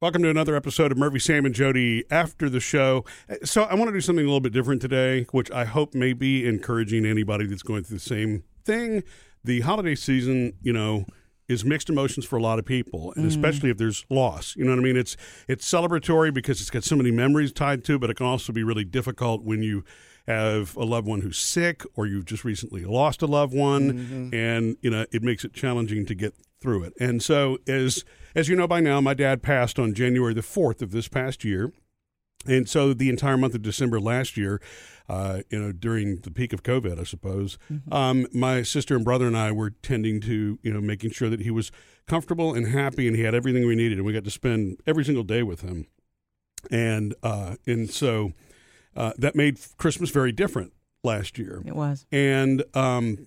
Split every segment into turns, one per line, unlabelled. Welcome to another episode of Murphy, Sam, and Jody after the show. So, I want to do something a little bit different today, which I hope may be encouraging anybody that's going through the same thing. The holiday season, you know, is mixed emotions for a lot of people, and especially if there's loss. You know what I mean? It's it's celebratory because it's got so many memories tied to, it, but it can also be really difficult when you have a loved one who's sick or you've just recently lost a loved one, and you know it makes it challenging to get through it. And so, as as you know by now, my dad passed on January the fourth of this past year. And so the entire month of December last year, uh, you know, during the peak of COVID, I suppose, um, my sister and brother and I were tending to, you know, making sure that he was comfortable and happy and he had everything we needed. And we got to spend every single day with him. And, uh, and so uh, that made Christmas very different last year.
It was.
And um,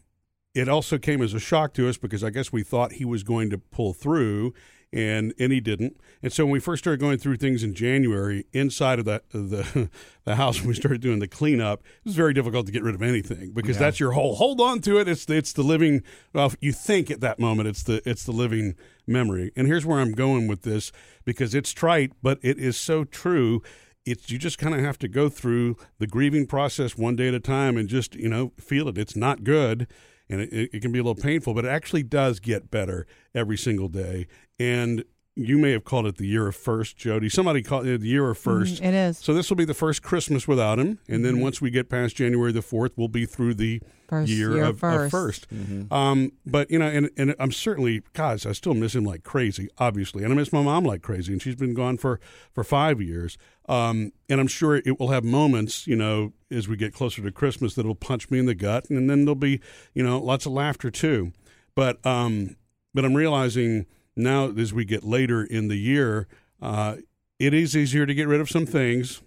it also came as a shock to us because I guess we thought he was going to pull through, and and he didn't. And so when we first started going through things in January inside of the the, the house, when we started doing the cleanup, it was very difficult to get rid of anything because that's your whole hold on to it. It's the- it's the living. Well, you think at that moment it's the it's the living memory. And here's where I'm going with this because it's trite, but it is so true it's you just kind of have to go through the grieving process one day at a time and just you know feel it it's not good and it- it, it can be a little painful but it actually does get better every single day and you may have called it the year of first jody somebody called it the year of 1st
It is.
so this will be the first christmas without him and then once we get past january the 4th we'll be through the
First
year,
year
of,
first. Mm-hmm.
of first. Um, but you know, and, and I'm certainly, guys, I still miss him like crazy, obviously, and I miss my mom like crazy, and she's been gone for for five years. Um, and I'm sure it will have moments, you know, as we get closer to Christmas, that'll punch me in the gut, and then there'll be, you know, lots of laughter too. But um, but I'm realizing now as we get later in the year, uh, it is easier to get rid of some things.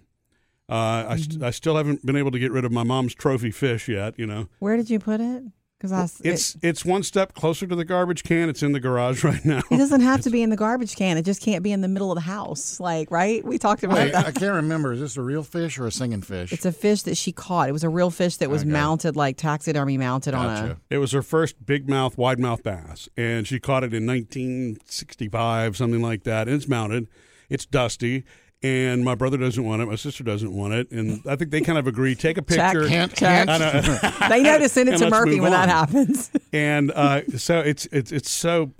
Uh, I,
Mm-hmm.
st- I still haven't been able to get rid of my mom's trophy fish yet, you know.
Where did you put it? Because I. s- it-
It's it's one step closer to the garbage can. It's in the garage right now.
it doesn't have to be in the garbage can. It just can't be in the middle of the house. Like, right? We talked about
I,
that.
I can't remember. Is this a real fish or a singing fish?
It's a fish that she caught. It was a real fish that was mounted, like taxidermy mounted on a.
Gotcha.
It was her first big mouth, wide mouth bass, and she caught it in 1965, something like that. And it's mounted, it's dusty, and my brother doesn't want it, my sister doesn't want it, and I think they kind of agree. Take a
Check.
picture.
Hint,
Check.
hint.
They know to send it
And
to
let's
Murphy
move
when that
on.
happens.
and uh, so it's it's it's so.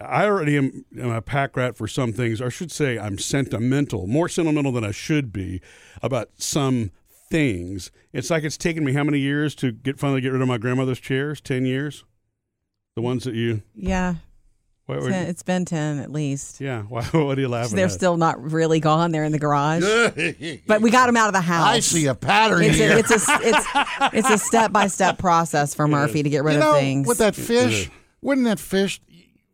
I already am, am a pack rat for some things, or I should say, I'm sentimental, more sentimental than I should be about some things. It's like it's taken me how many years to get finally get rid of my grandmother's chairs? Ten years, the ones that you.
yeah,
What were,
ten, it's been ten at least.
yeah, why, what are you laughing?
They're
at?
still not really gone. They're in the garage, but we got them out of the house.
I see a pattern
It's
here.
a, it's a it's it's a step by step process for Murphy to get rid
you
of
know,
things.
with that fish, wouldn't that fish?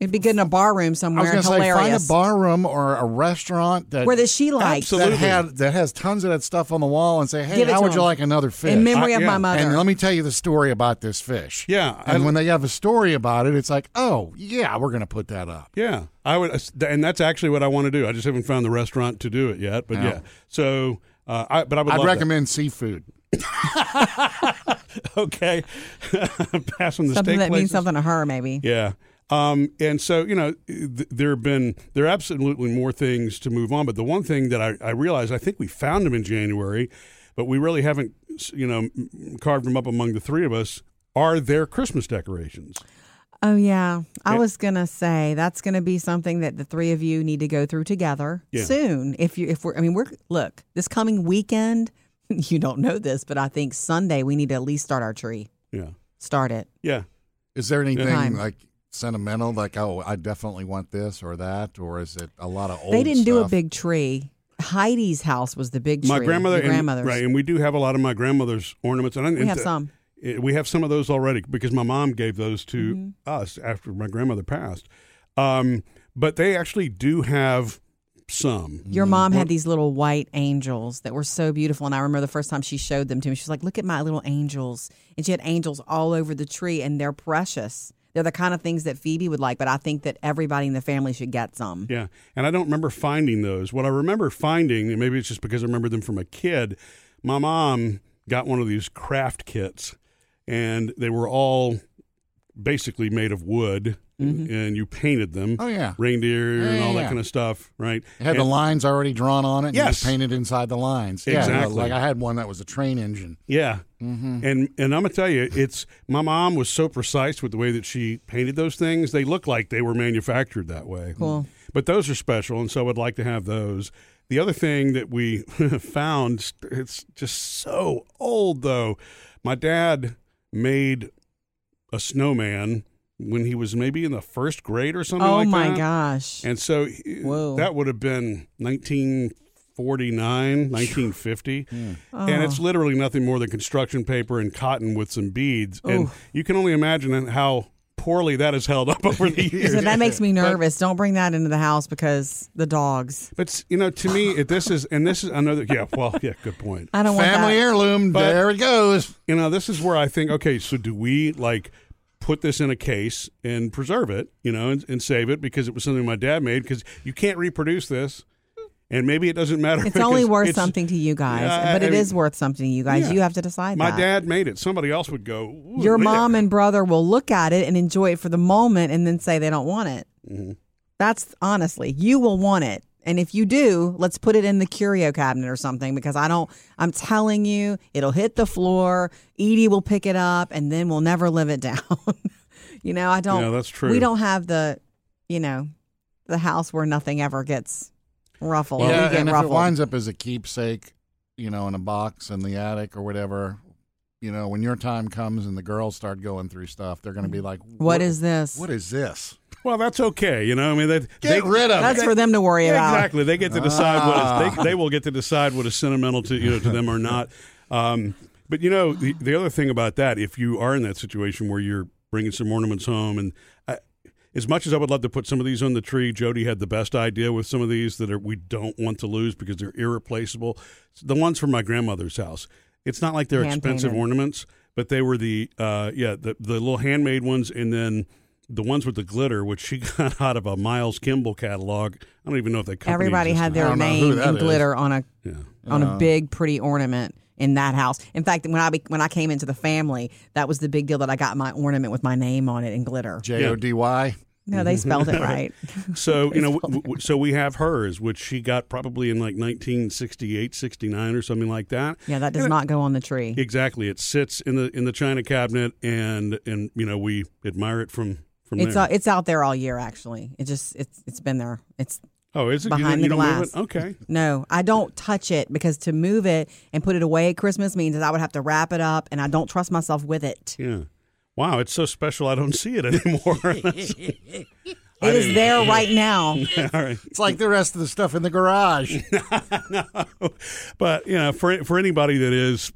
It'd be good in a bar room
I
somewhere.
was going to say, find a
hilarious.
bar room or a restaurant that
where that she likes
that had that has tons of that stuff on the wall, and say, hey,
Give it
how
to
would you
him.
like another fish?
in memory
I-
of
yeah.
my mother.
and let me tell you the story about this fish.
Yeah, I-
and when they have a story about it, it's like, oh yeah, we're going to put that up.
Yeah, I would, uh, and that's actually what I want to do. I just haven't found the restaurant to do it yet, but yeah. So, uh, I, but I would.
I'd
love that.
recommend seafood.
Okay, pass on the
something
steak
that means
places.
something to her, maybe.
Yeah. Um, and so, you know, th- there have been, there are absolutely more things to move on. But the one thing that I, I realized, I think we found them in January, but we really haven't, you know, m- carved them up among the three of us, are their Christmas decorations.
Oh yeah, I
Yeah.
was gonna say that's gonna be something that the three of you need to go through together
Yeah.
soon. If you, if we're, I mean, we're look this coming weekend. You don't know this, but I think Sunday we need to at least start our tree.
Yeah.
Start it.
Yeah.
Is there anything
Time.
like sentimental, like oh, I definitely want this or that, or is it a lot of old?
they didn't do a
stuff?
big tree. Heidi's house was the big tree.
My grandmother,
the
and-
grandmother's.
right, and we do have a lot of my grandmother's ornaments. And I,
We have some.
Uh, we have some of those already because my mom gave those to
Mm-hmm.
us after my grandmother passed. Um, but they actually do have some.
Your mom had these little white angels that were so beautiful. And I remember the first time she showed them to me, she was like, Look at my little angels. And she had angels all over the tree, and they're precious. They're the kind of things that Phoebe would like, but I think that everybody in the family should get some.
Yeah. And I don't remember finding those. What I remember finding, and maybe it's just because I remember them from a kid, my mom got one of these craft kits and they were all basically made of wood, and you painted them,
Mm-hmm. Oh yeah,
reindeer and all that
Yeah.
kind of stuff, right?
it had the
And-
lines already drawn on it. And you
Yes.
just painted inside the lines. Yeah,
Exactly.
like I had one that was a train engine.
Yeah.
Mm-hmm.
And and I'm gonna tell you, it's my mom was so precise with the way that she painted those things. They look like they were manufactured that way.
Cool.
But those are special, and so I'd like to have those. The other thing that we found, it's just so old though. My dad made a snowman when he was maybe in the first grade or something
oh
like
my
that.
gosh.
And so he-
Whoa.
that would have been 1949, 1950.
Hmm.
And
Oh.
it's literally nothing more than construction paper and cotton with some beads. And
Ooh.
you can only imagine how poorly that has held up over the years.
so that makes me nervous. Don't bring that into the house because the dogs.
But you know, to me, it, this is and this is another. Yeah, well, yeah, good point.
I don't want
Family
that.
heirloom.
But-
there it goes.
You know, this is where I think. Okay, so do we like put this in a case and preserve it? You know, and, and save it because it was something my dad made. Because you can't reproduce this, and maybe it doesn't matter.
It's only
because
worth
it's-
something to you guys,
Yeah, I-
but
I
it is
mean-
worth something to you guys.
Yeah.
You have to decide
My
that.
dad made it. Somebody else would go. "Ooh,
Your
man."
mom and brother will look at it and enjoy it for the moment and then say they don't want it.
Mm-hmm.
That's honestly, you will want it. And if you do, let's put it in the curio cabinet or something because I don't, I'm telling you, it'll hit the floor. Edie will pick it up and then we'll never live it down. you know, I don't,
Yeah, that's true.
we don't have the, you know, the house where nothing ever gets ruffled. We
yeah,
get
and if it
ruffled.
winds up as a keepsake, you know, in a box in the attic or whatever, you know, when your time comes and the girls start going through stuff, they're going to be like,
what is this?
What is this?
Well, that's okay. You know, I mean, that
Get
they,
rid of
That's
it.
for them to worry
Yeah,
about.
exactly. They get to decide what is, they, they will get to decide what is sentimental to you know to them or not. Um, but you know the, the other thing about that, if you are in that situation where you're bringing some ornaments home, and uh, I, as much as I would love to put some of these on the tree, Jody had the best idea with some of these that are we don't want to lose because they're irreplaceable. The ones from my grandmother's house. It's not like they're expensive
Hand-painted.
ornaments, but they were the uh, yeah the the little handmade ones, and then. The ones with the glitter, which she got out of a Miles Kimball catalog. I don't even know if they company
Everybody
existed.
had
I
their
don't know who
name
that
and
is.
glitter on a
Yeah.
on a big pretty ornament in that house. In fact, when I be, when I came into the family, that was the big deal that I got my ornament with my name on it in glitter.
J O D Y.
No, they spelled it right.
So, you know, w- w- so we have hers, which she got probably in like 1968, 69 or something like that.
Yeah, that does not go on the tree.
Exactly. It sits in the in the china cabinet and and you know, we admire it from from
It's
there.
uh, it's out there all year actually. It just it's it's been there. It's
oh, is it You
behind
don't- you
the
don't move
glass.
it? Okay.
no, I don't touch it because to move it and put it away at Christmas means that I would have to wrap it up and I don't trust myself with it.
Yeah. Wow, it's so special I don't see it anymore.
It is there right now.
All right.
It's like the rest of the stuff in the garage.
But you know, for for anybody that is,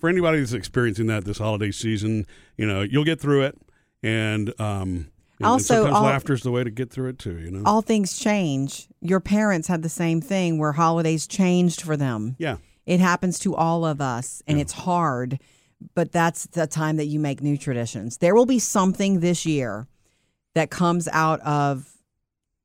for anybody that's experiencing that this holiday season, you know, you'll get through it, and um, and
Also,
sometimes
all-
laughter's the way to get through it too. You know,
all things change. Your parents had the same thing where holidays changed for them.
yeah,
It happens to all of us and it's hard, but that's the time that you make new traditions. There will be something this year that comes out of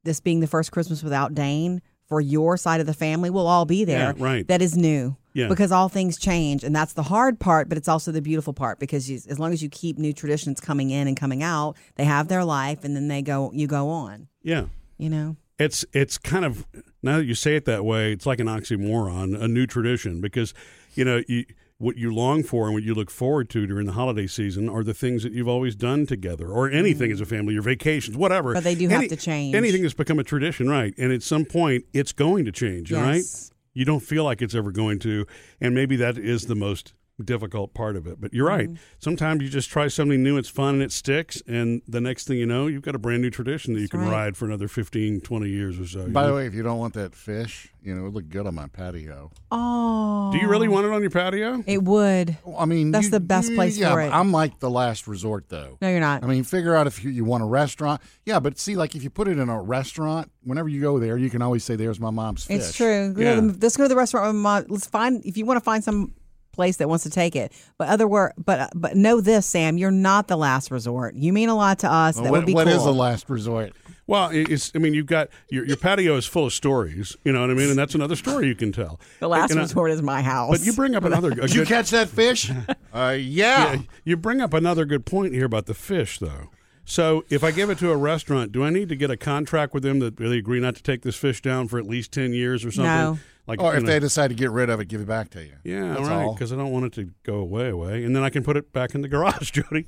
this being the first Christmas without Dane for your side of the family. We'll all be there.
Yeah, right.
That is new.
Yeah.
Because all things change. And that's the hard part, but it's also the beautiful part because you, as long as you keep new traditions coming in and coming out, they have their life and then they go, you go on,
yeah.
you know?
It's it's kind of now that you say it that way, it's like an oxymoron, a new tradition, because you know you, what you long for and what you look forward to during the holiday season are the things that you've always done together, or anything as a family, your vacations, whatever.
But they do have to change.
anything that's become a tradition, right? And at some point, it's going to change, right?
Yes.
You don't feel like it's ever going to, and maybe that is the most difficult part of it. But you're right.
Mm-hmm.
Sometimes you just try something new, it's fun and it sticks, and the next thing you know, you've got a brand new tradition that you can
right.
ride for another 15, 20 years or so. you
By
know?
the way, if you don't want that fish, you know, it would look good on my patio.
Oh.
Do you really want it on your patio?
It would.
Well, I mean,
That's
you-
the best place
yeah,
for
but
it.
I'm like the last resort, though.
No, you're not.
I mean, figure out if you, you want a restaurant. Yeah, but see, like if you put it in a restaurant, whenever you go there, you can always say, "There's my mom's fish."
it's true. Go to
Yeah.
the- let's go to the restaurant with my mom. Let's find if you want to find some place that wants to take it. But other word, but but know this, Sam, you're not the last resort. You mean a lot to us.
Well,
that
what
would be
what
cool.
is a last resort?
Well, it- it's. I mean, you've got your your patio is full of stories. You know what I mean, and that's another story you can tell.
The last
And I-
resort is my house.
But you bring up another. A
Did you
good,
catch that fish? uh, yeah.
yeah, you bring up another good point here about the fish, though. So, if I give it to a restaurant, do I need to get a contract with them that they agree not to take this fish down for at least ten years or something?
No.
Like,
Or
you
if
know,
they decide to get rid of it, give it back to you.
yeah,
That's
right,
all.
because I don't want it to go away, away, and then I can put it back in the garage, Jody.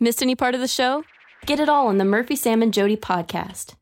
Missed any part of the show? Get it all on the Murphy, Sam, and Jody podcast.